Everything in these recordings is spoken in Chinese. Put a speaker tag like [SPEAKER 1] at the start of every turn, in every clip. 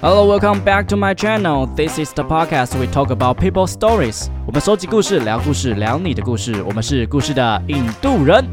[SPEAKER 1] Hello, welcome back to my channel. This is the podcast we talk about people stories. 我们收集故事，聊故事，聊你的故事。我们是故事的印度人。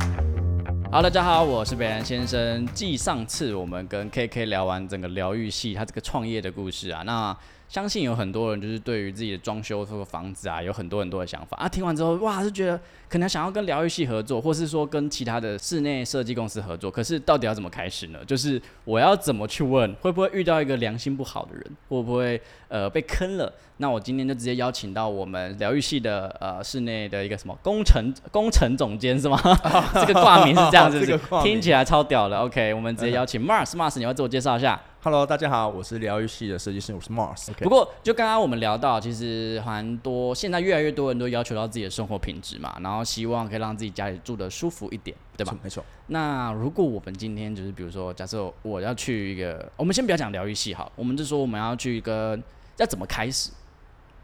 [SPEAKER 1] 好，大家好，我是北兰先生。继上次我们跟 KK 聊完整个疗愈系他这个创业的故事啊，那相信有很多人就是对于自己的装修这个房子啊，有很多很多的想法啊。听完之后，哇，是觉得可能想要跟疗愈系合作，或是说跟其他的室内设计公司合作。可是到底要怎么开始呢？就是我要怎么去问，会不会遇到一个良心不好的人，会不会呃被坑了？那我今天就直接邀请到我们疗愈系的呃室内的一个什么工程工程总监是吗？ 这个挂名是这样子，
[SPEAKER 2] 这个挂名
[SPEAKER 1] 听起来超屌的。OK，我们直接邀请 Mars Mars，你要自我介绍一下。
[SPEAKER 2] Hello，大家好，我是疗愈系的设计师，我是 Mars。
[SPEAKER 1] 不过，就刚刚我们聊到，其实蛮多，现在越来越多人都要求到自己的生活品质嘛，然后希望可以让自己家里住的舒服一点，对吧？
[SPEAKER 2] 没错，
[SPEAKER 1] 那如果我们今天就是，比如说，假设我要去一个，我们先不要讲疗愈系好，我们就说我们要去一个要怎么开始？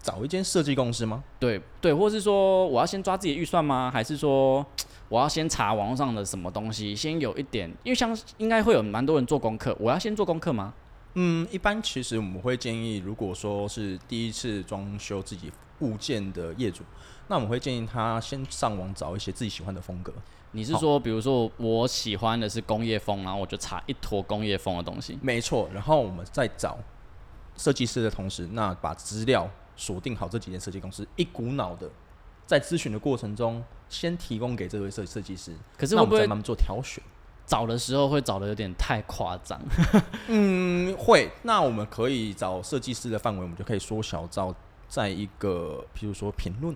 [SPEAKER 2] 找一间设计公司吗？
[SPEAKER 1] 对对，或是说我要先抓自己的预算吗？还是说我要先查网络上的什么东西，先有一点，因为像应该会有蛮多人做功课，我要先做功课吗？
[SPEAKER 2] 嗯，一般其实我们会建议，如果说是第一次装修自己物件的业主，那我们会建议他先上网找一些自己喜欢的风格。
[SPEAKER 1] 你是
[SPEAKER 2] 好
[SPEAKER 1] 说，比如说我喜欢的是工业风，然后我就查一坨工业风的东西，
[SPEAKER 2] 没错，然后我们再找设计师的同时，那把资料锁定好这几间设计公司，一股脑的在咨询的过程中，先提供给这位设设计师。
[SPEAKER 1] 可是
[SPEAKER 2] 那
[SPEAKER 1] 会
[SPEAKER 2] 我
[SPEAKER 1] 不
[SPEAKER 2] 们再
[SPEAKER 1] 会
[SPEAKER 2] 慢慢做挑选？
[SPEAKER 1] 找的时候会找的有点太夸张？
[SPEAKER 2] 嗯，会。那我们可以找设计师的范围，我们就可以缩小到在一个，譬如说评论。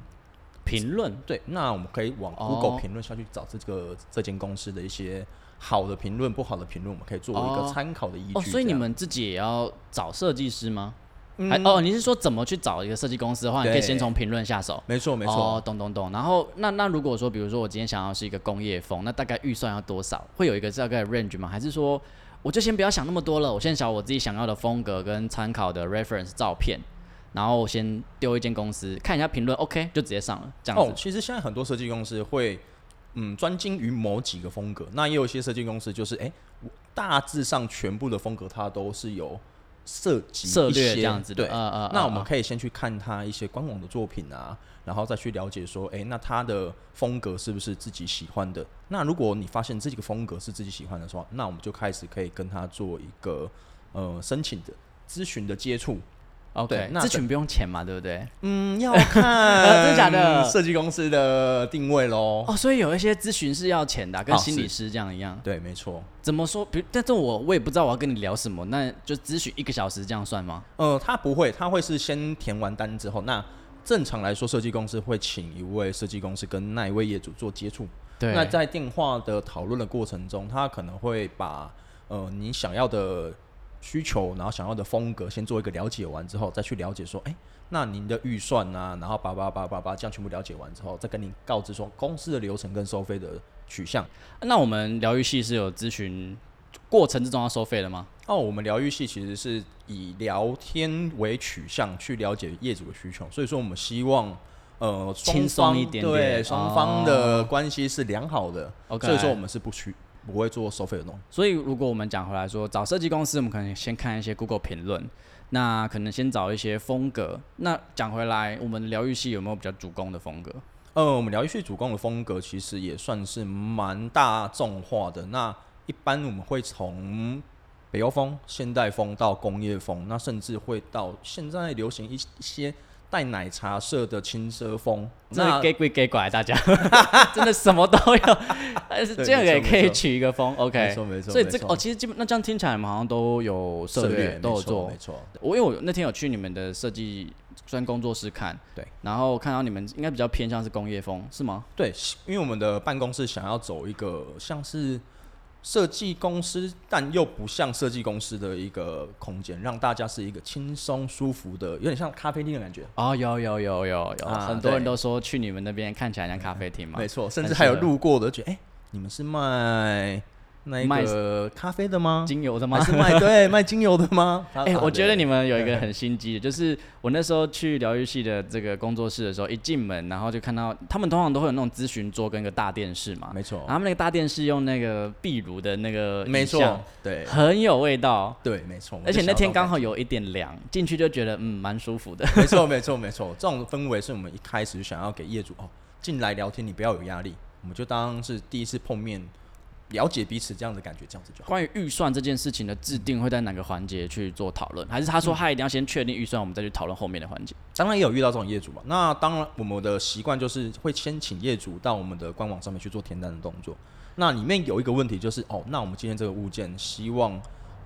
[SPEAKER 1] 评论
[SPEAKER 2] 对，那我们可以往
[SPEAKER 1] 哦
[SPEAKER 2] Google 评论下去找这个、这间公司的一些好的评论、不好的评论，我们可以作为一
[SPEAKER 1] 哦
[SPEAKER 2] 个参考的依据这
[SPEAKER 1] 哦，
[SPEAKER 2] 样、
[SPEAKER 1] 所以你们自己也要找设计师吗？还
[SPEAKER 2] 嗯，
[SPEAKER 1] 哦，你是说怎么去找一个设计公司的话，你可以
[SPEAKER 2] 对
[SPEAKER 1] 先从评论下手。
[SPEAKER 2] 没错没错。
[SPEAKER 1] 哦，懂懂懂。然后那那如果说，比如说我今天想要是一个工业风，那大概预算要多少？会有一个大概 range 吗？还是说我就先不要想那么多了，我先找我自己想要的风格跟参考的 reference 照片，然后我先丢一间公司看一下评论，OK 就直接上了，这样子。
[SPEAKER 2] 哦，其实现在很多设计公司会嗯专精于某几个风格，那也有一些设计公司就是哎、我大致上全部的风格它都是有涉及
[SPEAKER 1] 策
[SPEAKER 2] 一
[SPEAKER 1] 略
[SPEAKER 2] 些
[SPEAKER 1] 这样子的
[SPEAKER 2] 对，
[SPEAKER 1] 呃呃呃
[SPEAKER 2] 那我
[SPEAKER 1] 呃
[SPEAKER 2] 们可以先去看他一些官网的作品啊，然后再去了解说，哎、那他的风格是不是自己喜欢的？那如果你发现这个风格是自己喜欢的话，那我们就开始可以跟他做一个呃申请的咨询的接触。
[SPEAKER 1] 呃 OK，
[SPEAKER 2] 对那
[SPEAKER 1] 咨
[SPEAKER 2] 这
[SPEAKER 1] 询不用钱嘛，对不对？
[SPEAKER 2] 嗯，要看
[SPEAKER 1] 真的假的
[SPEAKER 2] 设计公司的定位喽。
[SPEAKER 1] 哦，所以有一些咨询是要钱的啊、跟
[SPEAKER 2] 哦
[SPEAKER 1] 心理
[SPEAKER 2] 是
[SPEAKER 1] 师这样一样。
[SPEAKER 2] 对，没错。
[SPEAKER 1] 怎么说？比如，但这我我也不知道我要跟你聊什么，那就咨询一个小时这样算吗？
[SPEAKER 2] 呃，他不会，他会是先填完单之后，那正常来说，设计公司会请一位设计公司跟那一位业主做接触。
[SPEAKER 1] 对
[SPEAKER 2] 那在电话的讨论的过程中，他可能会把呃你想要的需求，然后想要的风格先做一个了解完之后，再去了解说，哎、那您的预算啊，然后叭叭叭叭叭这样全部了解完之后，再跟您告知说公司的流程跟收费的取向。
[SPEAKER 1] 那我们疗愈系是有咨询过程之中要收费的吗？
[SPEAKER 2] 哦，我们疗愈系其实是以聊天为取向去了解业主的需求，所以说我们希望呃双
[SPEAKER 1] 轻松
[SPEAKER 2] 方
[SPEAKER 1] 一点点
[SPEAKER 2] 对双方
[SPEAKER 1] 哦
[SPEAKER 2] 的关系是良好的
[SPEAKER 1] OK
[SPEAKER 2] 所以说我们是不需不会做收费的东西。
[SPEAKER 1] 所以如果我们讲回来说，找设计公司，我们可能先看一些 Google 评论，那可能先找一些风格。那讲回来，我们疗愈系有没有比较主攻的风格？
[SPEAKER 2] 呃，我们疗愈系主攻的风格其实也算是蛮大众化的。那一般我们会从北欧风、现代风到工业风，那甚至会到现在流行一一些带奶茶色的轻奢风。
[SPEAKER 1] 真的
[SPEAKER 2] 那
[SPEAKER 1] gay 归 gay 拐，大家 真的什么都有，但是
[SPEAKER 2] 对
[SPEAKER 1] 这样也
[SPEAKER 2] 没错
[SPEAKER 1] 可以
[SPEAKER 2] 没错
[SPEAKER 1] 取一个风
[SPEAKER 2] 没
[SPEAKER 1] ，OK。
[SPEAKER 2] 错没错，
[SPEAKER 1] 所以
[SPEAKER 2] 没
[SPEAKER 1] 这个
[SPEAKER 2] 错
[SPEAKER 1] 哦，其实基本那这样听起来，你们好像都有策略，都
[SPEAKER 2] 没
[SPEAKER 1] 有
[SPEAKER 2] 错
[SPEAKER 1] 做
[SPEAKER 2] 没。错。
[SPEAKER 1] 我因为我那天有去你们的设计专工作室看，
[SPEAKER 2] 对，
[SPEAKER 1] 然后看到你们应该比较偏向是工业风，是吗？
[SPEAKER 2] 对，因为我们的办公室想要走一个像是设计公司，但又不像设计公司的一个空间，让大家是一个轻松舒服的，有点像咖啡厅的感觉。
[SPEAKER 1] 哦，有有有有有，
[SPEAKER 2] 啊
[SPEAKER 1] 很多人
[SPEAKER 2] 对
[SPEAKER 1] 都说去你们那边看起来像咖啡厅嘛。
[SPEAKER 2] 没错，甚
[SPEAKER 1] 很
[SPEAKER 2] 至
[SPEAKER 1] 适
[SPEAKER 2] 还有
[SPEAKER 1] 合
[SPEAKER 2] 路过的就觉得，哎、你们是卖那一
[SPEAKER 1] 卖
[SPEAKER 2] 个咖啡的吗？
[SPEAKER 1] 精油的吗
[SPEAKER 2] 还？是卖对卖精油的吗？
[SPEAKER 1] 哎、我觉得你
[SPEAKER 2] 们
[SPEAKER 1] 们有一个很心机的，就是我那时候去疗愈系的这个工作室的时候，一进门然后就看到他们通常都会有那种咨询桌跟一个大电视嘛，
[SPEAKER 2] 没错
[SPEAKER 1] 然后，他们那个大电视用那个壁炉的那个
[SPEAKER 2] 没
[SPEAKER 1] 影
[SPEAKER 2] 错
[SPEAKER 1] 像，，
[SPEAKER 2] 对
[SPEAKER 1] 很有味道，
[SPEAKER 2] 对没错。我
[SPEAKER 1] 而
[SPEAKER 2] 就
[SPEAKER 1] 且那
[SPEAKER 2] 想
[SPEAKER 1] 天
[SPEAKER 2] 到
[SPEAKER 1] 刚好有一点凉，进去就觉得嗯蛮舒 服的。
[SPEAKER 2] 没错，没错，没错，这种氛围是我们一开始就想要给业主哦，进来聊天你不要有压力，我们就当是第一次碰面，了解彼此这样的感觉，这样子就好。
[SPEAKER 1] 关于预算这件事情的制定会在哪个环节去做讨论？还是
[SPEAKER 2] 嗯
[SPEAKER 1] 他说他一定要先确定预算，我们再去讨论后面的环节？
[SPEAKER 2] 当然也有遇到这种业主嘛，那当然我们的习惯就是会先请业主到我们的官网上面去做填单的动作。那里面有一个问题就是哦，那我们今天这个物件希望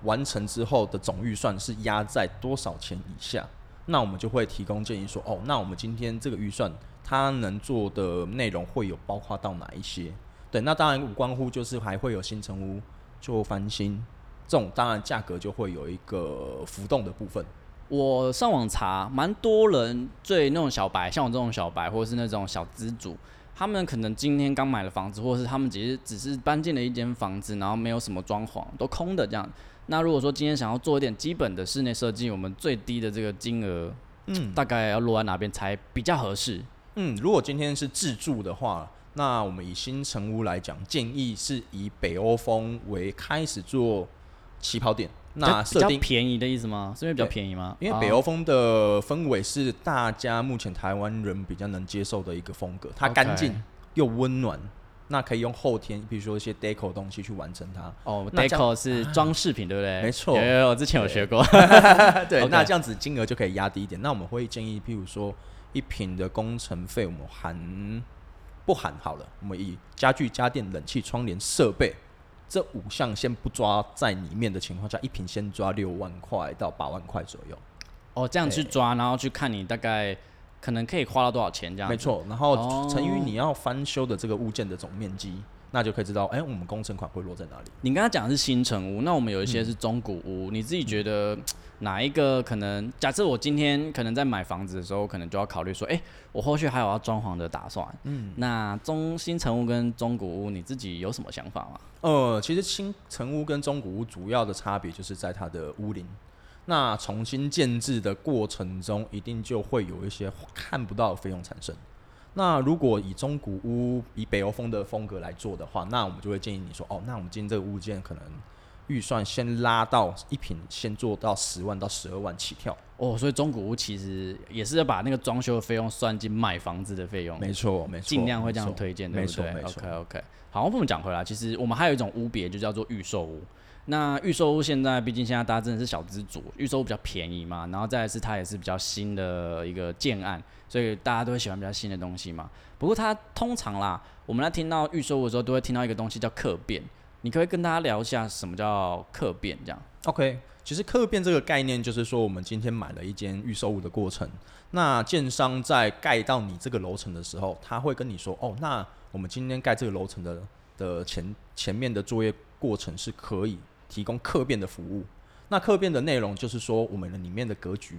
[SPEAKER 2] 完成之后的总预算是压在多少钱以下？那我们就会提供建议说，哦，那我们今天这个预算它能做的内容会有包括到哪一些？对，那当然无关乎就是还会有新城屋就翻新这种，当然价格就会有一个浮动的部分。
[SPEAKER 1] 我上网查，蛮多人对那种小白，像我这种小白，或者是那种小资主，他们可能今天刚买了房子，或者是他们只是只是搬进了一间房子，然后没有什么装潢，都空的这样。那如果说今天想要做一点基本的室内设计，我们最低的这个金额，嗯，大概要落在哪边才比较合适？
[SPEAKER 2] 嗯，如果今天是自住的话，那我们以新城屋来讲，建议是以北欧风为开始做起跑点。那
[SPEAKER 1] 比较
[SPEAKER 2] 设
[SPEAKER 1] 比较
[SPEAKER 2] 定，
[SPEAKER 1] 便宜的意思吗？是因为比较
[SPEAKER 2] 对
[SPEAKER 1] 便宜吗？啊
[SPEAKER 2] 因为北欧风的氛围是大家目前台湾人比较能接受的一个风格，它
[SPEAKER 1] OK
[SPEAKER 2] 干净又温暖，那可以用后天，比如说一些 deco 的东西去完成它。
[SPEAKER 1] 哦
[SPEAKER 2] 那这样嗯
[SPEAKER 1] ，deco 是装饰品，对不对？
[SPEAKER 2] 没错
[SPEAKER 1] 有有有，之前有学过。
[SPEAKER 2] 啊对
[SPEAKER 1] OK
[SPEAKER 2] 那这样子金额就可以压低一点。那我们会建议，譬如说一瓶的工程费，我们含不含好了？我们以家具、家电、冷气、窗帘、设备这五项先不抓在里面的情况下，一瓶先抓六万块到八万块左右。
[SPEAKER 1] 哦，这样去抓，然后去看你大概可能可以花到多少钱这样。
[SPEAKER 2] 没，错，然后
[SPEAKER 1] 哦
[SPEAKER 2] 乘以你要翻修的这个物件的总面积，那就可以知道，哎、我们工程款会落在哪里。
[SPEAKER 1] 你刚刚讲的是新城屋，那我们有一些是中古屋，你自己觉得哪一个可能？假设我今天可能在买房子的时候，可能就要考虑说，哎、我后续还有要装潢的打算。嗯，那中新城屋跟中古屋，你自己有什么想法吗？
[SPEAKER 2] 呃，其实新城屋跟中古屋主要的差别就是在它的屋龄。那重新建制的过程中，一定就会有一些看不到的费用产生。那如果以中古屋以北欧风的风格来做的话，那我们就会建议你说，哦，那我们今天这个物件可能预算先拉到一平，先做到十万到十二万起跳。
[SPEAKER 1] 哦，所以中古屋其实也是要把那个装修的费用算进买房子的费用。
[SPEAKER 2] 没错，没错，
[SPEAKER 1] 尽量会这
[SPEAKER 2] 没
[SPEAKER 1] 样
[SPEAKER 2] 错
[SPEAKER 1] 推荐，对
[SPEAKER 2] 没
[SPEAKER 1] 不
[SPEAKER 2] 错，
[SPEAKER 1] 对
[SPEAKER 2] 没错
[SPEAKER 1] OK。OK，好，我们讲回来，其实我们还有一种屋别就叫做预售屋。那预售屋现在，毕竟现在大家真的是小资主，预售屋比较便宜嘛，然后再来是它也是比较新的一个建案，所以大家都会喜欢比较新的东西嘛。不过它通常啦，我们在听到预售屋的时候，都会听到一个东西叫客变。你可不可以跟大家聊一下什么叫客变？这样
[SPEAKER 2] OK，其实客变这个概念就是说，我们今天买了一间预售物的过程，那建商在盖到你这个楼层的时候，他会跟你说，哦，那我们今天盖这个楼层的的前前面的作业过程是可以提供客变的服务。那客变的内容就是说，我们的里面的格局，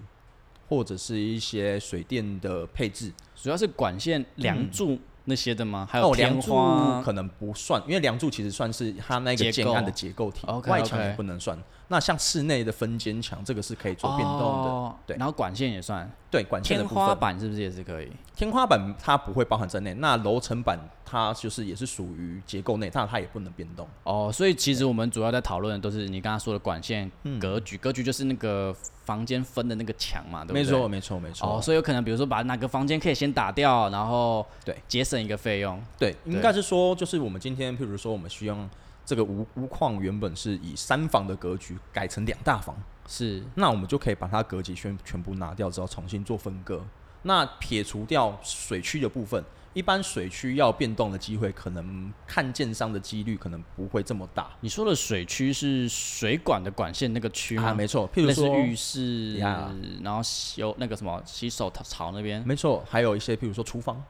[SPEAKER 2] 或者是一些水电的配置，
[SPEAKER 1] 主要是管线、梁柱那些的吗？还
[SPEAKER 2] 哦
[SPEAKER 1] 有天
[SPEAKER 2] 梁柱
[SPEAKER 1] 花、
[SPEAKER 2] 可能不算，因为梁柱其实算是它那
[SPEAKER 1] 结
[SPEAKER 2] 个建案的
[SPEAKER 1] 构
[SPEAKER 2] 结构体，
[SPEAKER 1] OK，
[SPEAKER 2] 外墙也
[SPEAKER 1] OK
[SPEAKER 2] 不能算。那像室内的分间墙，这个是可以做变动的。
[SPEAKER 1] 哦
[SPEAKER 2] 对
[SPEAKER 1] 然后管线也算，
[SPEAKER 2] 对，管线的
[SPEAKER 1] 天
[SPEAKER 2] 部
[SPEAKER 1] 花
[SPEAKER 2] 分，
[SPEAKER 1] 板是不是也是可以？
[SPEAKER 2] 天花板它不会包含在内。那楼层板它就是也是属于结构内，但它也不能变动。
[SPEAKER 1] 哦，所以其实我们主要在讨论的都是你刚刚说的管线
[SPEAKER 2] 嗯
[SPEAKER 1] 格局，格局就是那个房间分的那个墙嘛，对不对？
[SPEAKER 2] 没错，。没错，没错。
[SPEAKER 1] 哦，所以有可能比如说把哪个房间可以先打掉，然后
[SPEAKER 2] 对
[SPEAKER 1] 节省一个费用。
[SPEAKER 2] 对，应
[SPEAKER 1] 对
[SPEAKER 2] 该是说，就是我们今天，譬如说，我们希望这个屋屋况原本是以三房的格局改成两大房，
[SPEAKER 1] 是
[SPEAKER 2] 那我们就可以把它格局全全部拿掉之后，重新做分割。那撇除掉水区的部分，一般水区要变动的机会，可能看建商的几率可能不会这么大。
[SPEAKER 1] 你说的水区是水管的管线那个区吗？
[SPEAKER 2] 啊，没错，譬
[SPEAKER 1] 类
[SPEAKER 2] 如
[SPEAKER 1] 似
[SPEAKER 2] 说
[SPEAKER 1] 浴室
[SPEAKER 2] 呀
[SPEAKER 1] 然后洗有那个什么洗手槽那边。
[SPEAKER 2] 没错，还有一些，譬如说厨房，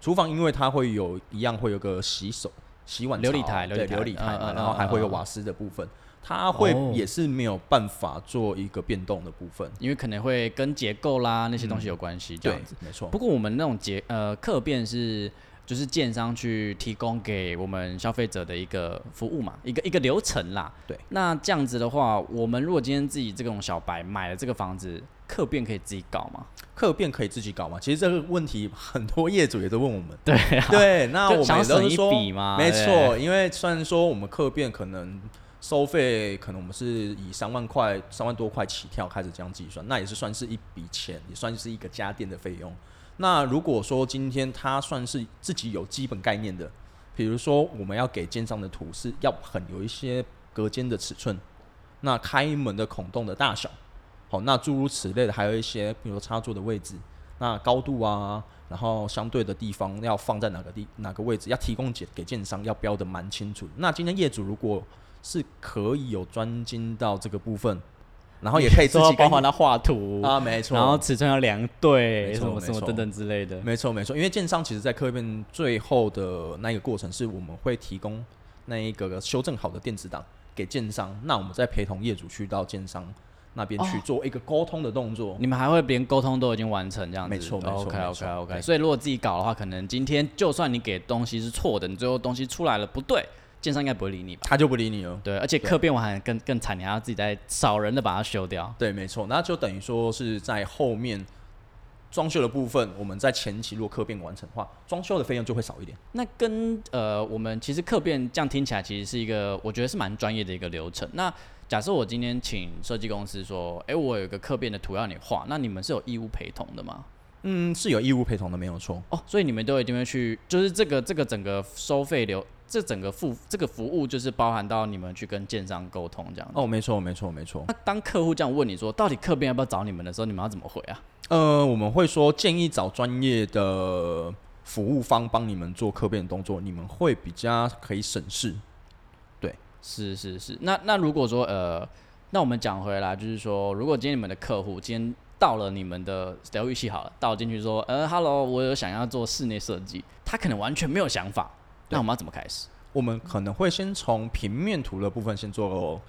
[SPEAKER 2] 厨房因为它会有一样会有个洗手、洗碗槽
[SPEAKER 1] 琉璃台琉
[SPEAKER 2] 对
[SPEAKER 1] 璃台
[SPEAKER 2] 琉璃台嘛，
[SPEAKER 1] 嗯嗯嗯
[SPEAKER 2] 然后还会有
[SPEAKER 1] 嗯嗯
[SPEAKER 2] 瓦斯的部分，它会
[SPEAKER 1] 哦
[SPEAKER 2] 也是没有办法做一个变动的部分。
[SPEAKER 1] 因为可能会跟结构啦那些东西有关系，这
[SPEAKER 2] 对
[SPEAKER 1] 样子。，
[SPEAKER 2] 没错。
[SPEAKER 1] 不过我们那种结呃客变是就是建商去提供给我们消费者的一个服务嘛，一个一个流程啦。
[SPEAKER 2] 对，
[SPEAKER 1] 那这样子的话，我们如果今天自己这种小白买了这个房子，客变可以自己搞吗？
[SPEAKER 2] 客变可以自己搞嘛？其实这个问题很多业主也都问我们。
[SPEAKER 1] 对啊，
[SPEAKER 2] 对，那
[SPEAKER 1] 就
[SPEAKER 2] 我
[SPEAKER 1] 想
[SPEAKER 2] 们
[SPEAKER 1] 要
[SPEAKER 2] 也都
[SPEAKER 1] 省
[SPEAKER 2] 是
[SPEAKER 1] 一
[SPEAKER 2] 说，
[SPEAKER 1] 笔嘛
[SPEAKER 2] 没
[SPEAKER 1] 对
[SPEAKER 2] 错，因为虽然说我们客变可能收费，可能我们是以三万块、三万多块起跳开始这样计算，那也是算是一笔钱，也算是一个家电的费用。那如果说今天他算是自己有基本概念的，比如说我们要给建商的图是要很有一些隔间的尺寸，那开门的孔洞的大小，好，那诸如此类的，还有一些比如说插座的位置，那高度啊，然后相对的地方要放在哪个地哪个位置，要提供给给建商要标的蛮清楚。那今天业主如果是可以有专精到这个部分，然后也可以自
[SPEAKER 1] 说
[SPEAKER 2] 己
[SPEAKER 1] 包
[SPEAKER 2] 跟
[SPEAKER 1] 含到画图
[SPEAKER 2] 啊，没错，
[SPEAKER 1] 然后尺寸要量对，
[SPEAKER 2] 没
[SPEAKER 1] 什
[SPEAKER 2] 错
[SPEAKER 1] 么什么
[SPEAKER 2] 没错
[SPEAKER 1] 等等之类的。
[SPEAKER 2] 没错没错，因为建商其实在客变最后的那一个过程，是我们会提供那一个修正好的电子档给建商，那我们再陪同业主去到建商那边去做一个沟通的动作。
[SPEAKER 1] 你们还会连沟通都已经完成这样子，
[SPEAKER 2] 没错没错
[SPEAKER 1] OK
[SPEAKER 2] 没
[SPEAKER 1] OK
[SPEAKER 2] 错
[SPEAKER 1] OK。
[SPEAKER 2] 对
[SPEAKER 1] 所以如果自己搞的话，可能今天就算你给东西是错的，你最后东西出来了不对，建商应该不会理你吧？
[SPEAKER 2] 他就不理你了。
[SPEAKER 1] 对，而且客变我还更更惨，你还要自己再少人的把它修掉。
[SPEAKER 2] 对，没错，那就等于说是在后面装修的部分，我们在前期如果客变完成的话，装修的费用就会少一点。
[SPEAKER 1] 那跟呃，我们其实客变这样听起来，其实是一个我觉得是蛮专业的一个流程。那假设我今天请设计公司说，哎、我有一个客变的图要你画，那你们是有义务陪同的吗？
[SPEAKER 2] 嗯，是有义务陪同的，没有错。
[SPEAKER 1] 哦，所以你们都一定会去，就是这个这个整个收费流，这整个付这个服务就是包含到你们去跟建商沟通这样子。
[SPEAKER 2] 哦，没错，没错，没错。
[SPEAKER 1] 那当客户这样问你说，到底客变要不要找你们的时候，你们要怎么回啊？
[SPEAKER 2] 呃，我们会说建议找专业的服务方帮你们做客变的动作，你们会比较可以省事。
[SPEAKER 1] 是是是，那那如果说呃，那我们讲回来，就是说，如果今天你们的客户今天到了你们的疗愈系好了，到进去说，呃，Hello，我有想要做室内设计，他可能完全没有想法，那我们要怎么开始？
[SPEAKER 2] 我们可能会先从平面图的部分先做哦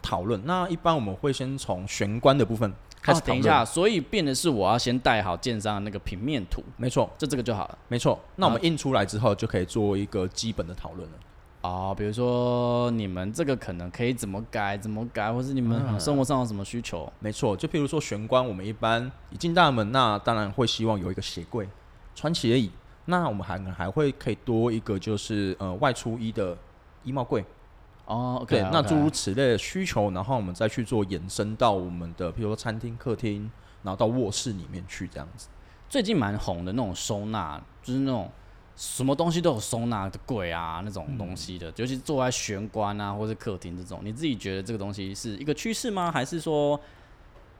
[SPEAKER 2] 讨论，那一般我们会先从玄关的部分开始
[SPEAKER 1] 哦，
[SPEAKER 2] 讨
[SPEAKER 1] 等
[SPEAKER 2] 论。
[SPEAKER 1] 一下，所以变的是我要先带好建商的那个平面图，
[SPEAKER 2] 没错，
[SPEAKER 1] 就这个就好了。
[SPEAKER 2] 没错。那我
[SPEAKER 1] 好
[SPEAKER 2] 们印出来之后，就可以做一个基本的讨论了。
[SPEAKER 1] 哦，比如说你们这个可能可以怎么改，怎么改，或是你们
[SPEAKER 2] 嗯
[SPEAKER 1] 可能生活上有什么需求？
[SPEAKER 2] 没错，就譬如说玄关，我们一般一进大门，那当然会希望有一个鞋柜、穿鞋椅。那我们还还会可以多一个，就是呃外出衣的衣帽柜。
[SPEAKER 1] 哦，OK，
[SPEAKER 2] 对那
[SPEAKER 1] OK
[SPEAKER 2] 诸如此类的需求，然后我们再去做延伸到我们的，譬如说餐厅、客厅，然后到卧室里面去这样子。
[SPEAKER 1] 最近蛮红的那种收纳，就是那种什么东西都有收纳的柜啊，那种东西的，尤其是坐在玄关啊或是客厅这种，你自己觉得这个东西是一个趋势吗？还是说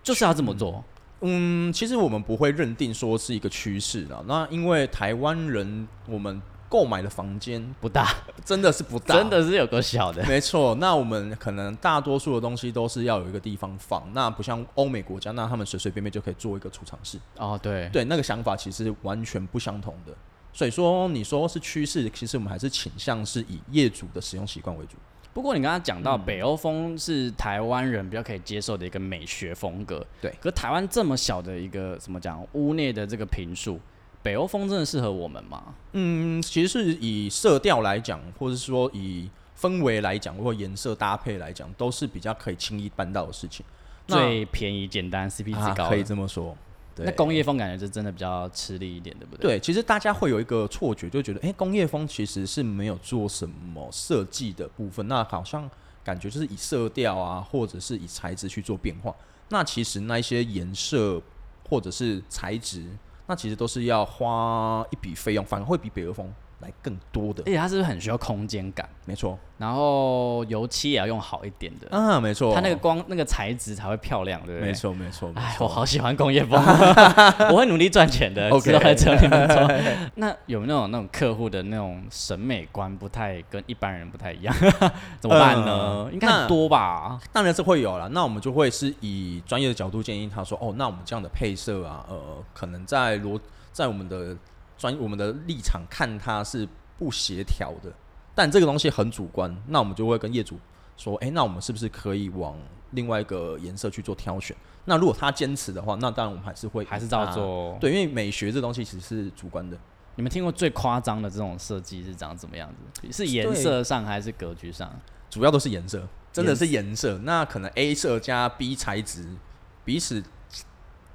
[SPEAKER 1] 就是要这么做？
[SPEAKER 2] 嗯，其实我们不会认定说是一个趋势啦。那因为台湾人我们购买的房间
[SPEAKER 1] 不大，
[SPEAKER 2] 真的是不大，
[SPEAKER 1] 真的是有够小的。
[SPEAKER 2] 没错，那我们可能大多数的东西都是要有一个地方放，那不像欧美国家，那他们随随便便就可以做一个储藏室。
[SPEAKER 1] 哦，对，
[SPEAKER 2] 对，那个想法其实完全不相同的。所以说，你说是趋势，其实我们还是倾向是以业主的使用习惯为主。
[SPEAKER 1] 不过你刚刚讲到北欧风是台湾人比较可以接受的一个美学风格，
[SPEAKER 2] 对
[SPEAKER 1] 可台湾这么小的一个怎么讲屋内的这个平数，北欧风真的适合我们吗？
[SPEAKER 2] 嗯，其实是以色调来讲，或者是说以氛围来讲，或颜色搭配来讲，都是比较可以轻易办到的事情。那
[SPEAKER 1] 最便宜、简单、CP 值
[SPEAKER 2] 啊
[SPEAKER 1] 高的、
[SPEAKER 2] 可以这么说。对
[SPEAKER 1] 那工业风感觉就真的比较吃力一点，对不对？
[SPEAKER 2] 对，其实大家会有一个错觉，就觉得哎、诶工业风其实是没有做什么设计的部分，那好像感觉就是以色调啊，或者是以材质去做变化。那其实那一些颜色或者是材质，那其实都是要花一笔费用，反而会比北欧风来更多的
[SPEAKER 1] 而。且它是不是很需要空间感？
[SPEAKER 2] 没错，
[SPEAKER 1] 然后油漆也要用好一点的，
[SPEAKER 2] 啊，没错，
[SPEAKER 1] 它那个光那个材质才会漂亮，对不对？
[SPEAKER 2] 没。错，没错，没
[SPEAKER 1] 哎，我
[SPEAKER 2] 错。
[SPEAKER 1] 好喜欢工业 风，我会努力赚钱的，
[SPEAKER 2] OK
[SPEAKER 1] 知道在这里面 做。那有没有那种那种客户的那种审美观不太跟一般人不太一样， 怎么办呢？
[SPEAKER 2] 嗯
[SPEAKER 1] 应该很
[SPEAKER 2] 那
[SPEAKER 1] 多吧？
[SPEAKER 2] 当然是会有啦，那我们就会是以专业的角度建议他说，哦，那我们这样的配色啊，呃，可能在逻在我们的专我们的立场看它是不协调的，但这个东西很主观，那我们就会跟业主说，哎诶，那我们是不是可以往另外一个颜色去做挑选？那如果他坚持的话，那当然我们还是会
[SPEAKER 1] 还是照
[SPEAKER 2] 啊
[SPEAKER 1] 做？
[SPEAKER 2] 对，因为美学这东西其实是主观的，
[SPEAKER 1] 你们听过最夸张的这种设计是长怎么样子？是颜
[SPEAKER 2] 对
[SPEAKER 1] 色上还是格局上？
[SPEAKER 2] 主要都是颜色，真的
[SPEAKER 1] 颜
[SPEAKER 2] 是颜色。那可能 A 色加 B 材质彼此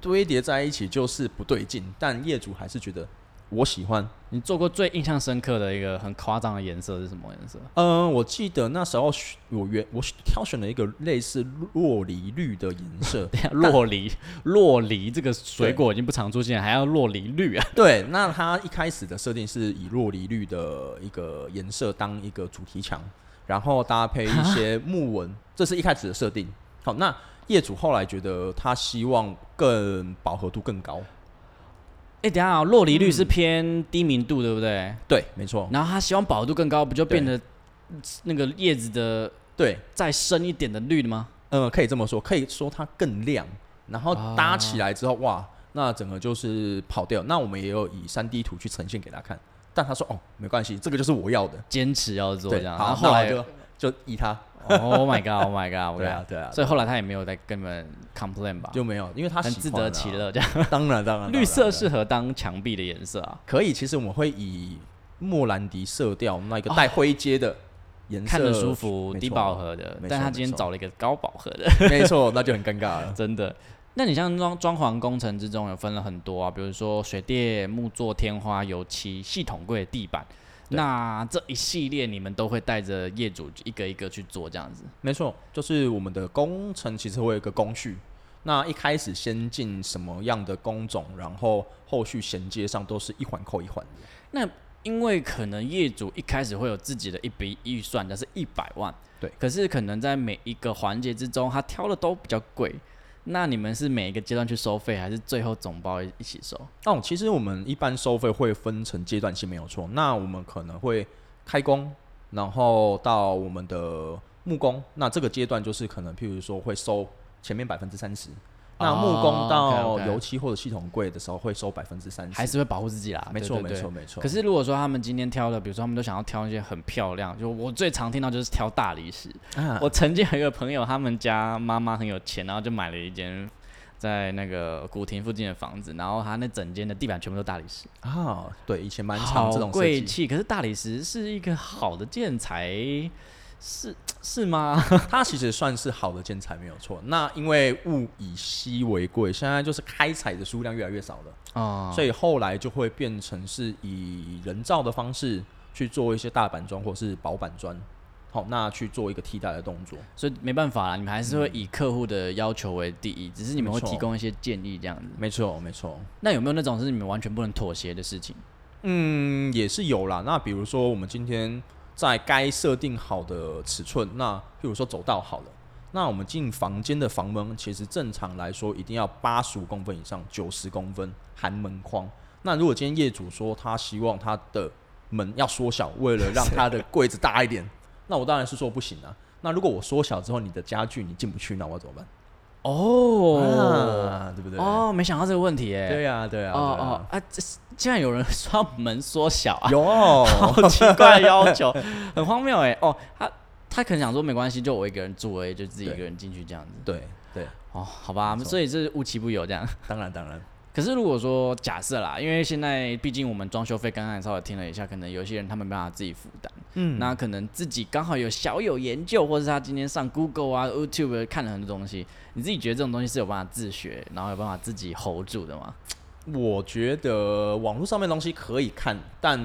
[SPEAKER 2] 堆叠在一起就是不对劲，但业主还是觉得我喜欢。
[SPEAKER 1] 你做过最印象深刻的一个很夸张的颜色是什么 颜色？，
[SPEAKER 2] 嗯，我记得那时候选我原我挑选了一个类似洛梨绿的颜 色
[SPEAKER 1] 洛梨，洛梨这个水果已经不常出现，还要洛梨绿啊！
[SPEAKER 2] 对，那它一开始的设定是以洛梨绿的一个颜色当一个主题墙，然后搭配一些木纹，这是一开始的设定。好，那业主后来觉得他希望更饱和度更高，
[SPEAKER 1] 哎、等一下、啊，洛梨绿是偏低明度，对不对？
[SPEAKER 2] 对，没错，
[SPEAKER 1] 然后它希望饱和度更高，不就
[SPEAKER 2] 对
[SPEAKER 1] 变得那个叶子的
[SPEAKER 2] 对，
[SPEAKER 1] 再深一点的绿的吗？
[SPEAKER 2] 嗯，可以这么说，可以说它更亮，然后搭起来
[SPEAKER 1] 啊
[SPEAKER 2] 之后，哇，那整个就是跑掉。那我们也有以三 D 图去呈现给他看，但他说哦，没关系，这个就是我要的，
[SPEAKER 1] 坚持要做
[SPEAKER 2] 对，
[SPEAKER 1] 这样，然
[SPEAKER 2] 好，
[SPEAKER 1] 后后来
[SPEAKER 2] 那我就就依他，
[SPEAKER 1] ，Oh my God，Oh my God，
[SPEAKER 2] 对啊，对啊，
[SPEAKER 1] 所以后来他也没有再跟你们 complain 吧，
[SPEAKER 2] 就没有，因为他
[SPEAKER 1] 很
[SPEAKER 2] 喜
[SPEAKER 1] 自
[SPEAKER 2] 欢
[SPEAKER 1] 得
[SPEAKER 2] 啊
[SPEAKER 1] 其，乐这样。
[SPEAKER 2] 当然当 然，
[SPEAKER 1] 绿
[SPEAKER 2] 当
[SPEAKER 1] 色
[SPEAKER 2] 然
[SPEAKER 1] 适合当墙壁的颜色啊，
[SPEAKER 2] 可以，其实我们会以莫兰迪色调那个带灰阶的颜色，
[SPEAKER 1] 哦看着舒服，
[SPEAKER 2] 没
[SPEAKER 1] 低
[SPEAKER 2] 错
[SPEAKER 1] 饱，和的
[SPEAKER 2] 没，
[SPEAKER 1] 但
[SPEAKER 2] 错
[SPEAKER 1] 他
[SPEAKER 2] 没
[SPEAKER 1] 今天
[SPEAKER 2] 错
[SPEAKER 1] 找了一个高饱和的，
[SPEAKER 2] 没错，那就很尴尬了。
[SPEAKER 1] 真的。那你像装装潢工程之中有分了很多啊，比如说水电、木作、天花、油漆、系统柜、地板，
[SPEAKER 2] 对
[SPEAKER 1] 那这一系列你们都会带着业主一个一个去做这样子。
[SPEAKER 2] 没错，就是我们的工程其实会有一个工序。那一开始先进什么样的工种，然后后续衔接上都是一环扣一环的。
[SPEAKER 1] 那因为可能业主一开始会有自己的一笔预算，但是一百万，
[SPEAKER 2] 对
[SPEAKER 1] 可是可能在每一个环节之中，他挑的都比较贵。那你们是每一个阶段去收费，还是最后总包一起收？
[SPEAKER 2] 哦，其实我们一般收费会分成阶段性，没有错。那我们可能会开工，然后到我们的木工，那这个阶段就是可能，譬如说会收前面百分之三十。那木工
[SPEAKER 1] 哦
[SPEAKER 2] 到
[SPEAKER 1] OK，OK
[SPEAKER 2] 油漆或者系统柜的时候会收百分之三十，
[SPEAKER 1] 还是会保护自己啦？
[SPEAKER 2] 没错
[SPEAKER 1] 对对
[SPEAKER 2] 没
[SPEAKER 1] 对
[SPEAKER 2] 错没错。
[SPEAKER 1] 可是如果说他们今天挑的，比如说他们都想要挑一些很漂亮，就我最常听到就是挑大理石。
[SPEAKER 2] 啊
[SPEAKER 1] 我曾经有一个朋友，他们家妈妈很有钱，然后就买了一间在那个古亭附近的房子，然后他那整间的地板全部都大理石，
[SPEAKER 2] 啊，对，以前蛮常这
[SPEAKER 1] 好
[SPEAKER 2] 种设
[SPEAKER 1] 贵
[SPEAKER 2] 计，
[SPEAKER 1] 气。可是大理石是一个好的建材，是是吗？
[SPEAKER 2] 它其实算是好的建材，没有错。那因为物以稀为贵，现在就是开采的数量越来越少了，
[SPEAKER 1] 哦，
[SPEAKER 2] 所以后来就会变成是以人造的方式去做一些大板砖或者是薄板砖，好，那去做一个替代的动作。
[SPEAKER 1] 所以没办法啦，你们还是会以客户的要求为第一，只是你们会
[SPEAKER 2] 没错
[SPEAKER 1] 提供一些建议这样子。
[SPEAKER 2] 没错，没错。
[SPEAKER 1] 那有没有那种是你们完全不能妥协的事情？
[SPEAKER 2] 嗯，也是有啦。那比如说，我们今天在该设定好的尺寸，那譬如说走道好了，那我们进房间的房门，其实正常来说一定要八十五公分以上，九十公分含门框。那如果今天业主说他希望他的门要缩小，为了让他的柜子大一点， 那我当然是说不行啊。那如果我缩小之后，你的家具你进不去，那我要怎么办？
[SPEAKER 1] 哦，
[SPEAKER 2] 啊，对不对？
[SPEAKER 1] 哦，没想到这个问题耶。
[SPEAKER 2] 对呀，对呀，对呀，
[SPEAKER 1] 哦哦啊，这是竟然有人说门缩小啊，
[SPEAKER 2] 有，
[SPEAKER 1] 好奇怪的哦要求，很荒谬哎。哦，他他可能想说没关系，就我一个人住而已，就自己一
[SPEAKER 2] 对
[SPEAKER 1] 个人进去这样子。
[SPEAKER 2] 对对，
[SPEAKER 1] 哦，好吧，
[SPEAKER 2] 没错
[SPEAKER 1] 所以这是无奇不有这样。
[SPEAKER 2] 当然当然。
[SPEAKER 1] 可是如果说假设啦，因为现在毕竟我们装修费刚刚也稍微听了一下，可能有些人他们没办法自己负担，
[SPEAKER 2] 嗯
[SPEAKER 1] 那可能自己刚好有小有研究，或者是他今天上 Google 啊、YouTube 看了很多东西，你自己觉得这种东西是有办法自学，然后有办法自己 hold 住的吗？
[SPEAKER 2] 我觉得网络上面的东西可以看，但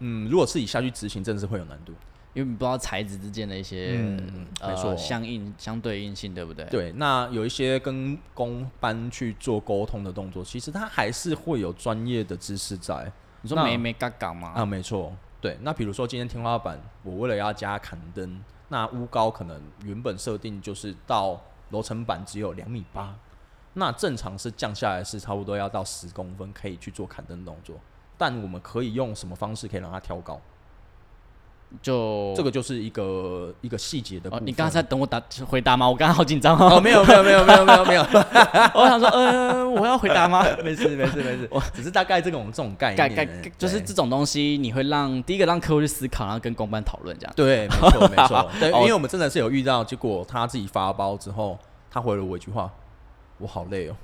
[SPEAKER 2] 嗯，如果自己下去执行，真的是会有难度。
[SPEAKER 1] 因为你不知道材质之间的一些、
[SPEAKER 2] 嗯
[SPEAKER 1] 呃
[SPEAKER 2] 没错
[SPEAKER 1] 相应相对应性，对不对？
[SPEAKER 2] 对，那有一些跟工班去做沟通的动作，其实他还是会有专业的知识在
[SPEAKER 1] 你说
[SPEAKER 2] 那
[SPEAKER 1] 没没嘎嘎吗？
[SPEAKER 2] 啊，没错。对，那比如说今天天花板，我为了要加砍灯，那屋高可能原本设定就是到楼层板只有两米八，那正常是降下来是差不多要到十公分可以去做砍灯动作，但我们可以用什么方式可以让它调高？
[SPEAKER 1] 就
[SPEAKER 2] 这个就是一个一个细节的部
[SPEAKER 1] 哦，
[SPEAKER 2] 分。
[SPEAKER 1] 你刚才在等我答回答吗？我刚刚好紧张哦，
[SPEAKER 2] 哦，没有没有没有没有没 有没有，哦
[SPEAKER 1] 我想说，呃，我要回答吗？
[SPEAKER 2] 没事没事没事，只是大概这种这种概
[SPEAKER 1] 改
[SPEAKER 2] 念，
[SPEAKER 1] 改
[SPEAKER 2] 对
[SPEAKER 1] 就是这种东西，你会让第一个让客户去思考，然后跟公班讨论这 样。
[SPEAKER 2] 对，没错没 错，对，
[SPEAKER 1] 哦
[SPEAKER 2] 因为我们真的是有遇到，结果他自己发包之后，他回了我一句话，我好累哦，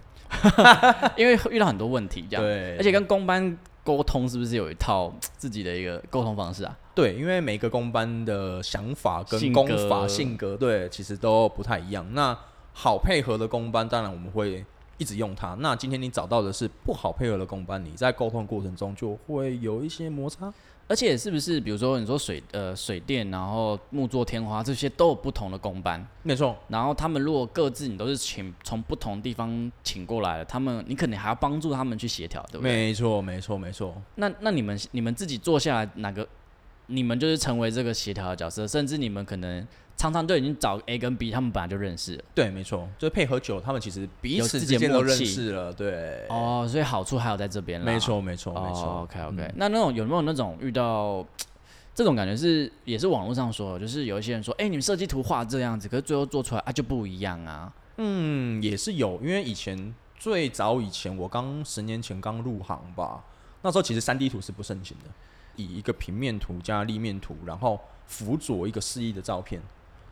[SPEAKER 1] 因为遇到很多问题这样，
[SPEAKER 2] 对
[SPEAKER 1] 而且跟公班沟通是不是有一套自己的一个沟通方式啊？
[SPEAKER 2] 对，因为每个公班的想法
[SPEAKER 1] 性
[SPEAKER 2] 跟
[SPEAKER 1] 格
[SPEAKER 2] 功法、性格，对，其实都不太一样。那好配合的公班，当然我们会一直用它。那今天你找到的是不好配合的公班，你在沟通过程中就会有一些摩擦。
[SPEAKER 1] 而且是不是比如说你说水呃水电，然后木作天花这些都有不同的工班，
[SPEAKER 2] 没错，
[SPEAKER 1] 然后他们如果各自你都是请从不同地方请过来了，他们你可能还要帮助他们去协调，对不对？
[SPEAKER 2] 没错，没错，没错。
[SPEAKER 1] 那那你们你们自己坐下来哪个，你们就是成为这个协调的角色，甚至你们可能常常就已经找 A 跟 B，他们本来就认识了。
[SPEAKER 2] 对，没错，就是配合久，他们其实彼
[SPEAKER 1] 有
[SPEAKER 2] 此
[SPEAKER 1] 自
[SPEAKER 2] 之
[SPEAKER 1] 己的
[SPEAKER 2] 间
[SPEAKER 1] 默
[SPEAKER 2] 都认
[SPEAKER 1] 契
[SPEAKER 2] 识了。对，
[SPEAKER 1] 哦，所以好处还有在这边啦。
[SPEAKER 2] 没错，没错，
[SPEAKER 1] 哦，
[SPEAKER 2] 没错。嗯
[SPEAKER 1] OK OK，、那那种有没有那种遇到这种感觉是也是网络上说的，就是有一些人说，哎、你们设计图画这样子，可是最后做出来啊就不一样啊。
[SPEAKER 2] 嗯，也是有，因为以前最早以前，我刚十年前刚入行吧，那时候其实三 D 图是不盛行的，以一个平面图加立面图，然后辅佐一个示意的照片。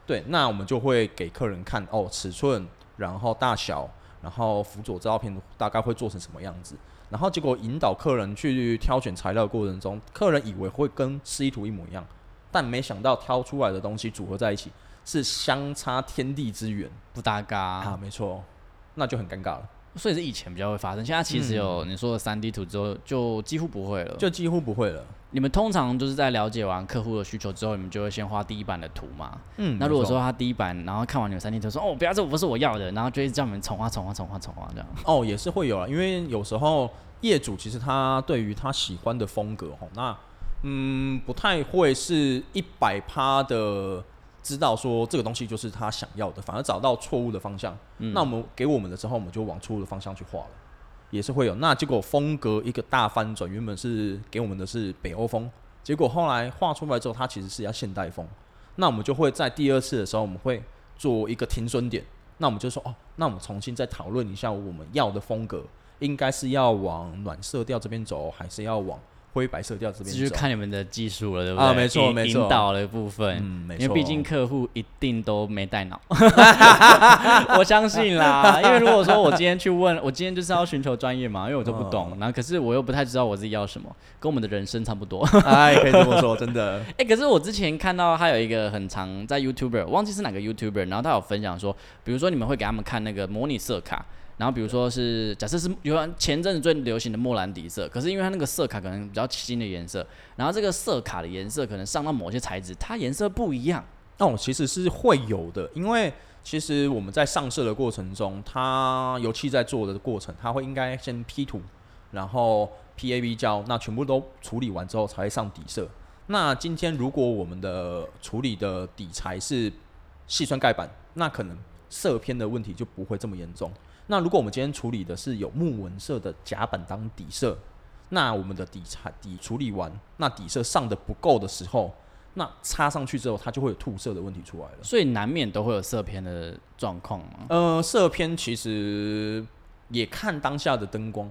[SPEAKER 2] 对，那我们就会给客人看哦，尺寸，然后大小，然后辅佐照片大概会做成什么样子，然后结果引导客人去挑选材料的过程中，客人以为会跟示意图一模一样，但没想到挑出来的东西组合在一起是相差天地之远。
[SPEAKER 1] 不搭嘎、
[SPEAKER 2] 啊，没错，那就很尴尬了，
[SPEAKER 1] 所以是以前比较会发生，现在其实有你说的三 D 图之后，就几乎不会了。就
[SPEAKER 2] 嗯就几乎不会了。
[SPEAKER 1] 你们通常就是在了解完客户的需求之后，你们就会先画第一版的图嘛。
[SPEAKER 2] 嗯
[SPEAKER 1] 那如果
[SPEAKER 2] 没错
[SPEAKER 1] 说他第一版，然后看完你们三 D 图说，哦，不要这不是我要的，然后就一直叫你们重画、重画、重画、重画这样。
[SPEAKER 2] 哦，也是会有啊，因为有时候业主其实他对于他喜欢的风格哦，那嗯不太会是一百趴的知道说这个东西就是他想要的，反而找到错误的方向。那我们给我们的时候，我们就往错误的方向去画了。也是会有，那结果风格一个大翻转，原本是给我们的是北欧风，结果后来画出来之后，它其实是要现代风。那我们就会在第二次的时候，我们会做一个停损点。那我们就说哦，那我们重新再讨论一下我们要的风格，应该是要往暖色调这边走，还是要往灰白色调
[SPEAKER 1] 这就
[SPEAKER 2] 这边
[SPEAKER 1] 是
[SPEAKER 2] 走？
[SPEAKER 1] 看你们的技术了，对不对？
[SPEAKER 2] 啊没错
[SPEAKER 1] 引
[SPEAKER 2] 没错
[SPEAKER 1] 引导的部分，
[SPEAKER 2] 嗯没
[SPEAKER 1] 因为
[SPEAKER 2] 错
[SPEAKER 1] 毕竟客户一定都没带脑， 我相信 啦。因为如果说我今天去问，我今天就是要寻求专业嘛，因为我都不
[SPEAKER 2] 嗯
[SPEAKER 1] 懂，然后可是我又不太知道我自己要什么，跟我们的人生差不多。
[SPEAKER 2] 哎，可以这么说，真 的。
[SPEAKER 1] 哎、可是我之前看到他有一个很常在 YouTuber，忘记是哪个 YouTuber，然后他有分享说，比如说你们会给他们看那个模拟色卡，然后比如说是假设是有前阵子最流行的莫兰迪色，可是因为它那个色卡可能比较新的颜色，然后这个色卡的颜色可能上到某些材质，它颜色不一样，
[SPEAKER 2] 哦，其实是会有的，因为其实我们在上色的过程中，它油漆在做的过程，它会应该先 P 图，然后 PAB 胶，那全部都处理完之后才会上底色。那今天如果我们的处理的底材是细酸盖板，那可能色偏的问题就不会这么严重。那如果我们今天处理的是有木纹色的甲板当底色，那我们的底材底处理完，那底色上的不够的时候，那擦上去之后，它就会有吐色的问题出来了。
[SPEAKER 1] 所以难免都会有色偏的状况嘛。
[SPEAKER 2] 呃，色偏其实也看当下的灯光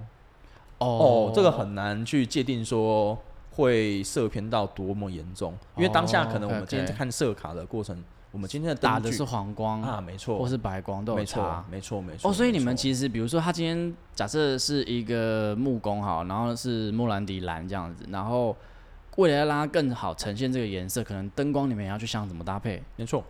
[SPEAKER 1] 哦
[SPEAKER 2] 哦，这个很难去界定说会色偏到多么严重，因为当下可能我
[SPEAKER 1] 哦
[SPEAKER 2] 们今天在
[SPEAKER 1] ，OK，OK
[SPEAKER 2] 看色卡的过程，我们今天的灯
[SPEAKER 1] 打的
[SPEAKER 2] 具
[SPEAKER 1] 是黄光
[SPEAKER 2] 啊，没错，
[SPEAKER 1] 或是白光都有
[SPEAKER 2] 没错
[SPEAKER 1] 差，。
[SPEAKER 2] 没错，没错。
[SPEAKER 1] 哦，所以你们
[SPEAKER 2] 没错
[SPEAKER 1] 其实，比如说他今天假设是一个木工好，然后是莫兰迪蓝这样子，然后为了要让它更好呈现这个颜色，可能灯光你们也要去想怎么搭配。
[SPEAKER 2] 没错，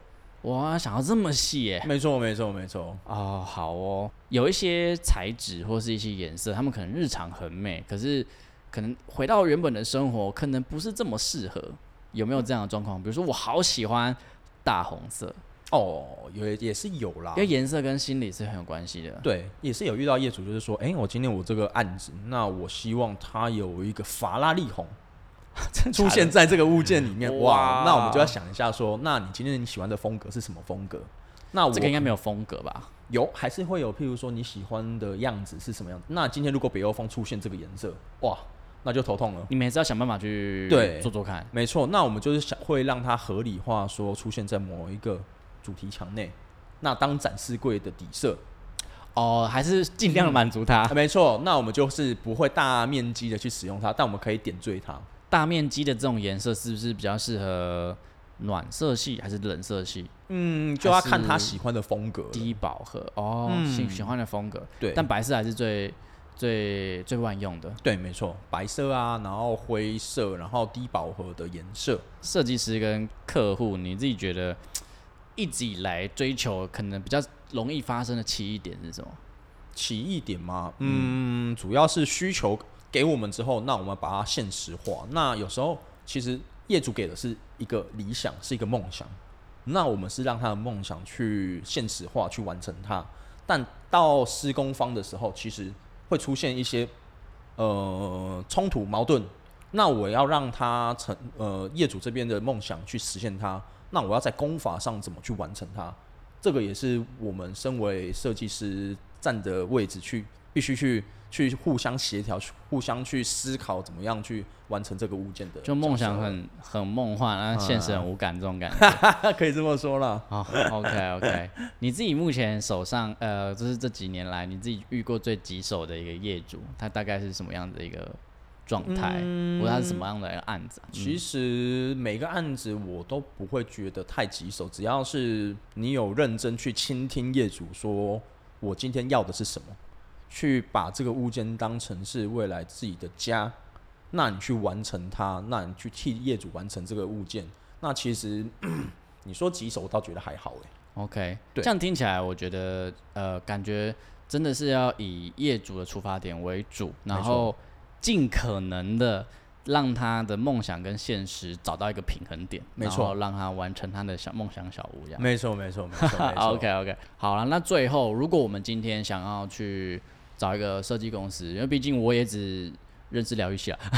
[SPEAKER 1] 哇，想要这么细耶、
[SPEAKER 2] 没错，没错，没错。
[SPEAKER 1] 哦，好哦，有一些材质或是一些颜色，他们可能日常很美，可是可能回到原本的生活，可能不是这么适合。有没有这样的状况？比如说，我好喜欢大红色，
[SPEAKER 2] 哦，也也是有啦
[SPEAKER 1] 因，为颜色跟心理是很有关系 的。
[SPEAKER 2] 对，也是有遇到业主，就是说，哎、我今天我这个案子，那我希望它有一个法拉利红
[SPEAKER 1] 真
[SPEAKER 2] 出现在这个物件里面，哇
[SPEAKER 1] 哇，
[SPEAKER 2] 那我们就要想一下说，那你今天你喜欢的风格是什么风格？那我
[SPEAKER 1] 这个应该没有风格吧？
[SPEAKER 2] 有还是会有，譬如说你喜欢的样子是什么样子？那今天如果北欧风出现这个颜色，哇，那就头痛了。
[SPEAKER 1] 你们还是要想办法去
[SPEAKER 2] 对
[SPEAKER 1] 做做看。
[SPEAKER 2] 没错，那我们就是想会让它合理化，说出现在某一个主题墙内，那当展示柜的底色，
[SPEAKER 1] 哦，还是尽量满足它。
[SPEAKER 2] 啊，没错，那我们就是不会大面积的去使用它，但我们可以点缀它。
[SPEAKER 1] 大面积的这种颜色是不是比较适合暖色系还是冷色系？
[SPEAKER 2] 嗯，就要看
[SPEAKER 1] 还
[SPEAKER 2] 他
[SPEAKER 1] 是
[SPEAKER 2] 喜欢的风格了。
[SPEAKER 1] 低饱和哦，
[SPEAKER 2] 嗯
[SPEAKER 1] 喜喜欢的风格。
[SPEAKER 2] 对
[SPEAKER 1] 但白色还是最最最万用的
[SPEAKER 2] 对，没错，白色啊，然后灰色，然后低饱和的颜色。
[SPEAKER 1] 设计师跟客户，你自己觉得一直以来追求可能比较容易发生的奇异点是什么？
[SPEAKER 2] 奇异点吗？嗯，主要是需求给我们之后，那我们把它现实化。那有时候其实业主给的是一个理想，是一个梦想，那我们是让他的梦想去现实化，去完成它。但到施工方的时候，其实会出现一些呃冲突矛盾。那我要让他成呃业主这边的梦想去实现它，那我要在工法上怎么去完成它？这个也是我们身为设计师站的位置去必须去去互相协调，去互相去思考怎么样去完成这个物件的角色。
[SPEAKER 1] 就梦想很很梦幻，然后现实很无感这种感觉。
[SPEAKER 2] 可以这么说啦。
[SPEAKER 1] 哦 o k OK，你自己目前手上呃，就是这几年来你自己遇过最棘手的一个业主，他大概是什么样的一个状态，
[SPEAKER 2] 嗯
[SPEAKER 1] 或者他是什么样的一个案子啊、
[SPEAKER 2] 其实每个案子我都不会觉得太棘手，只要是你有认真去倾听业主说，我今天要的是什么，去把这个物件当成是未来自己的家，那你去完成它，那你去替业主完成这个物件，那其实 你说棘手，我倒觉得还好欸诶、
[SPEAKER 1] OK，
[SPEAKER 2] 对
[SPEAKER 1] 这样听起来，我觉得呃，感觉真的是要以业主的出发点为主，然
[SPEAKER 2] 没错
[SPEAKER 1] 后尽可能的让他的梦想跟现实找到一个平衡点，
[SPEAKER 2] 没
[SPEAKER 1] 然
[SPEAKER 2] 错
[SPEAKER 1] 后让他完成他的小梦想小屋这样。
[SPEAKER 2] 没错，没错，没错
[SPEAKER 1] OK OK，好啊了，那最后如果我们今天想要去找一个设计公司，因为毕竟我也只认识疗愈 系啊，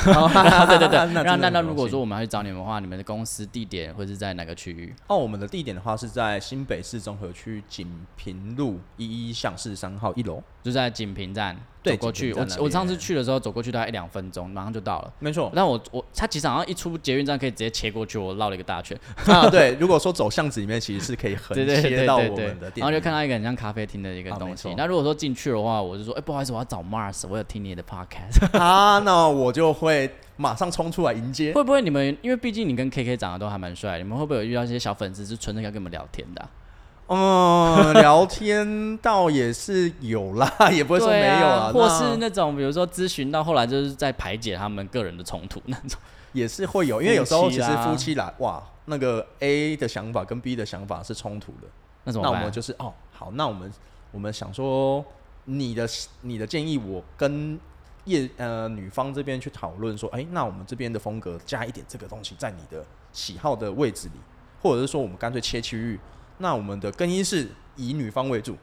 [SPEAKER 1] 对对对。那那那如果说我们要去找你们的话，你们的公司地点会是在哪个区域？
[SPEAKER 2] 那哦我们的地点的话是在新北市中和区锦屏路一一巷四十三号一楼。
[SPEAKER 1] 就在锦屏站
[SPEAKER 2] 对
[SPEAKER 1] 走过去。
[SPEAKER 2] 锦屏
[SPEAKER 1] 我
[SPEAKER 2] 站那
[SPEAKER 1] 我上次
[SPEAKER 2] 边
[SPEAKER 1] 去的时候走过去大概一两分钟，马上就到了。
[SPEAKER 2] 没错
[SPEAKER 1] 但我我他其实好像一出捷运站可以直接切过去，我绕了一个大圈，
[SPEAKER 2] 啊，对。如果说走巷子里面，其实是可以横
[SPEAKER 1] 对对对
[SPEAKER 2] 切
[SPEAKER 1] 对
[SPEAKER 2] 到
[SPEAKER 1] 对
[SPEAKER 2] 我们的
[SPEAKER 1] 然
[SPEAKER 2] 店
[SPEAKER 1] 后就
[SPEAKER 2] 面。
[SPEAKER 1] 看到一个很像咖啡厅的一个
[SPEAKER 2] 啊
[SPEAKER 1] 东
[SPEAKER 2] 没
[SPEAKER 1] 西
[SPEAKER 2] 错。
[SPEAKER 1] 那如果说进去的话，我就说，哎，不好意思，我要找 Mars，我有听你的 podcast。
[SPEAKER 2] 啊，那我就会马上冲出来迎接。
[SPEAKER 1] 会不会你们因为毕竟你跟 KK 长得都还蛮帅，你们会不会有遇到一些小粉丝是纯粹要跟你们聊天的啊、
[SPEAKER 2] 嗯，聊天倒也是有啦，也不会说没
[SPEAKER 1] 对
[SPEAKER 2] 有
[SPEAKER 1] 啊
[SPEAKER 2] 啦，
[SPEAKER 1] 或
[SPEAKER 2] 那
[SPEAKER 1] 是那种比如说咨询到后来就是在排解他们个人的冲突那种。
[SPEAKER 2] 也是会有，因为有时候其实
[SPEAKER 1] 夫妻啦
[SPEAKER 2] 夫妻啦，哇，那个 A 的想法跟 B 的想法是冲突的。
[SPEAKER 1] 那怎么
[SPEAKER 2] 那我
[SPEAKER 1] 办？啊
[SPEAKER 2] 们就是哦，好，那我们我们想说，你的你的建议，我跟业呃女方这边去讨论说，哎、那我们这边的风格加一点这个东西在你的喜好的位置里，或者是说我们干脆切区域，那我们的更衣室以女方为主，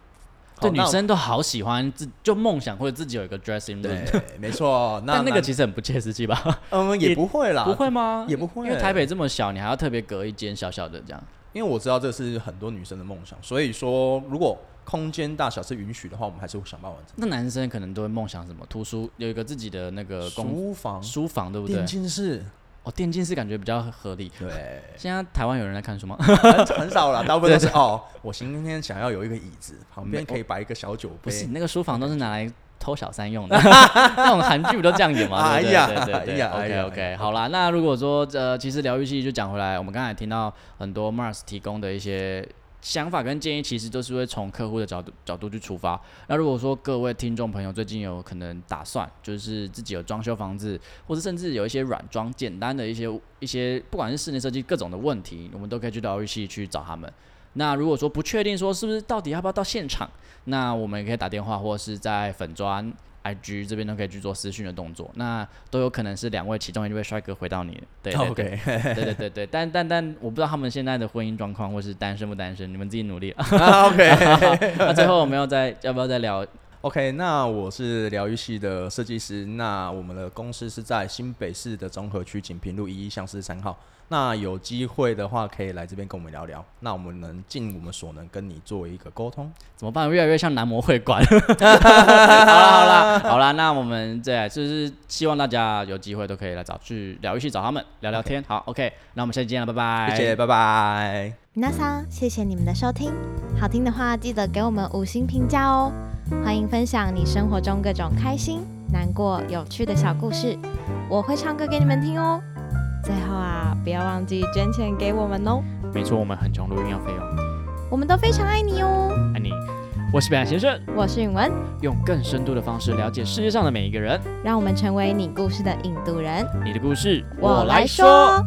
[SPEAKER 1] 对
[SPEAKER 2] 好
[SPEAKER 1] 女
[SPEAKER 2] 那
[SPEAKER 1] 生都好喜欢自就梦想或者自己有一个 dressing room，
[SPEAKER 2] 对，没错，那
[SPEAKER 1] 但那个
[SPEAKER 2] 男
[SPEAKER 1] 其实很不切实际 吧？
[SPEAKER 2] 嗯也不会啦，
[SPEAKER 1] 不，会吗？
[SPEAKER 2] 也不会
[SPEAKER 1] 因为台北这么小，你还要特别隔一间小小的这样。
[SPEAKER 2] 因为我知道这是很多女生的梦想，所以说如果空间大小是允许的话，我们还是会想办法完成。
[SPEAKER 1] 那男生可能都会梦想什么图书有一个自己的那个公
[SPEAKER 2] 书房、
[SPEAKER 1] 书房，对不对
[SPEAKER 2] 电？竞室，
[SPEAKER 1] 哦，电竞是感觉比较合理。
[SPEAKER 2] 对。
[SPEAKER 1] 现在台湾有人在看书吗？
[SPEAKER 2] 很很少啦，大部分都是哦，我今天想要有一个椅子，旁边可以摆一个小酒
[SPEAKER 1] 不是，
[SPEAKER 2] 杯。
[SPEAKER 1] 那个书房都是拿来偷小三用的， 那种韩剧不都这样演吗？对不对
[SPEAKER 2] 哎呀
[SPEAKER 1] 对对对
[SPEAKER 2] 哎呀哎
[SPEAKER 1] OK
[SPEAKER 2] 呀
[SPEAKER 1] OK，好啦，那如果说呃，其实疗愈系就讲回来，我们刚才听到很多 Mars 提供的一些。想法跟建议其实都是会从客户的角度角度去出发。那如果说各位听众朋友最近有可能打算，就是自己有装修房子，或者甚至有一些软装简单的一些一些，不管是室内设计各种的问题，我们都可以去疗愈系去找他们。那如果说不确定说是不是到底要不要到现场，那我们也可以打电话或者是在粉砖、IG 这边都可以去做私讯的动作，那都有可能是两位其中一位帅哥回到你。对对对
[SPEAKER 2] OK，
[SPEAKER 1] 对对对对，但但但我不知道他们现在的婚姻状况或是单身不单身，你们自己努力。
[SPEAKER 2] 啊 OK
[SPEAKER 1] 那最后我们要再要不要再聊
[SPEAKER 2] OK，那我是疗愈系的设计师，那我们的公司是在新北市的中和区锦屏路一一巷四三号。那有机会的话，可以来这边跟我们聊聊，那我们能尽我们所能跟你做一个沟通。
[SPEAKER 1] 怎么办？越来越像男模会 馆。好啦好啦好啦，那我们这就是希望大家有机会都可以来找去聊一去找他们聊聊天。好，OK，那我们下期见了，拜拜。
[SPEAKER 2] 谢谢，拜拜。
[SPEAKER 3] 那桑，谢谢你们的收听，好听的话记得给我们五星评价哦。欢迎分享你生活中各种开心、难过、有趣的小故事，我会唱歌给你们听哦。最后啊，不要忘记捐钱给我们哦，
[SPEAKER 4] 没错，我们很穷，录音要费用，
[SPEAKER 3] 我们都非常爱你哦。
[SPEAKER 4] 爱你。
[SPEAKER 1] 哎我是北岸先生，
[SPEAKER 3] 我是允文，
[SPEAKER 1] 用更深度的方式了解世界上的每一个人。
[SPEAKER 3] 让我们成为你故事的引渡人。
[SPEAKER 1] 你的故事，。
[SPEAKER 3] 说。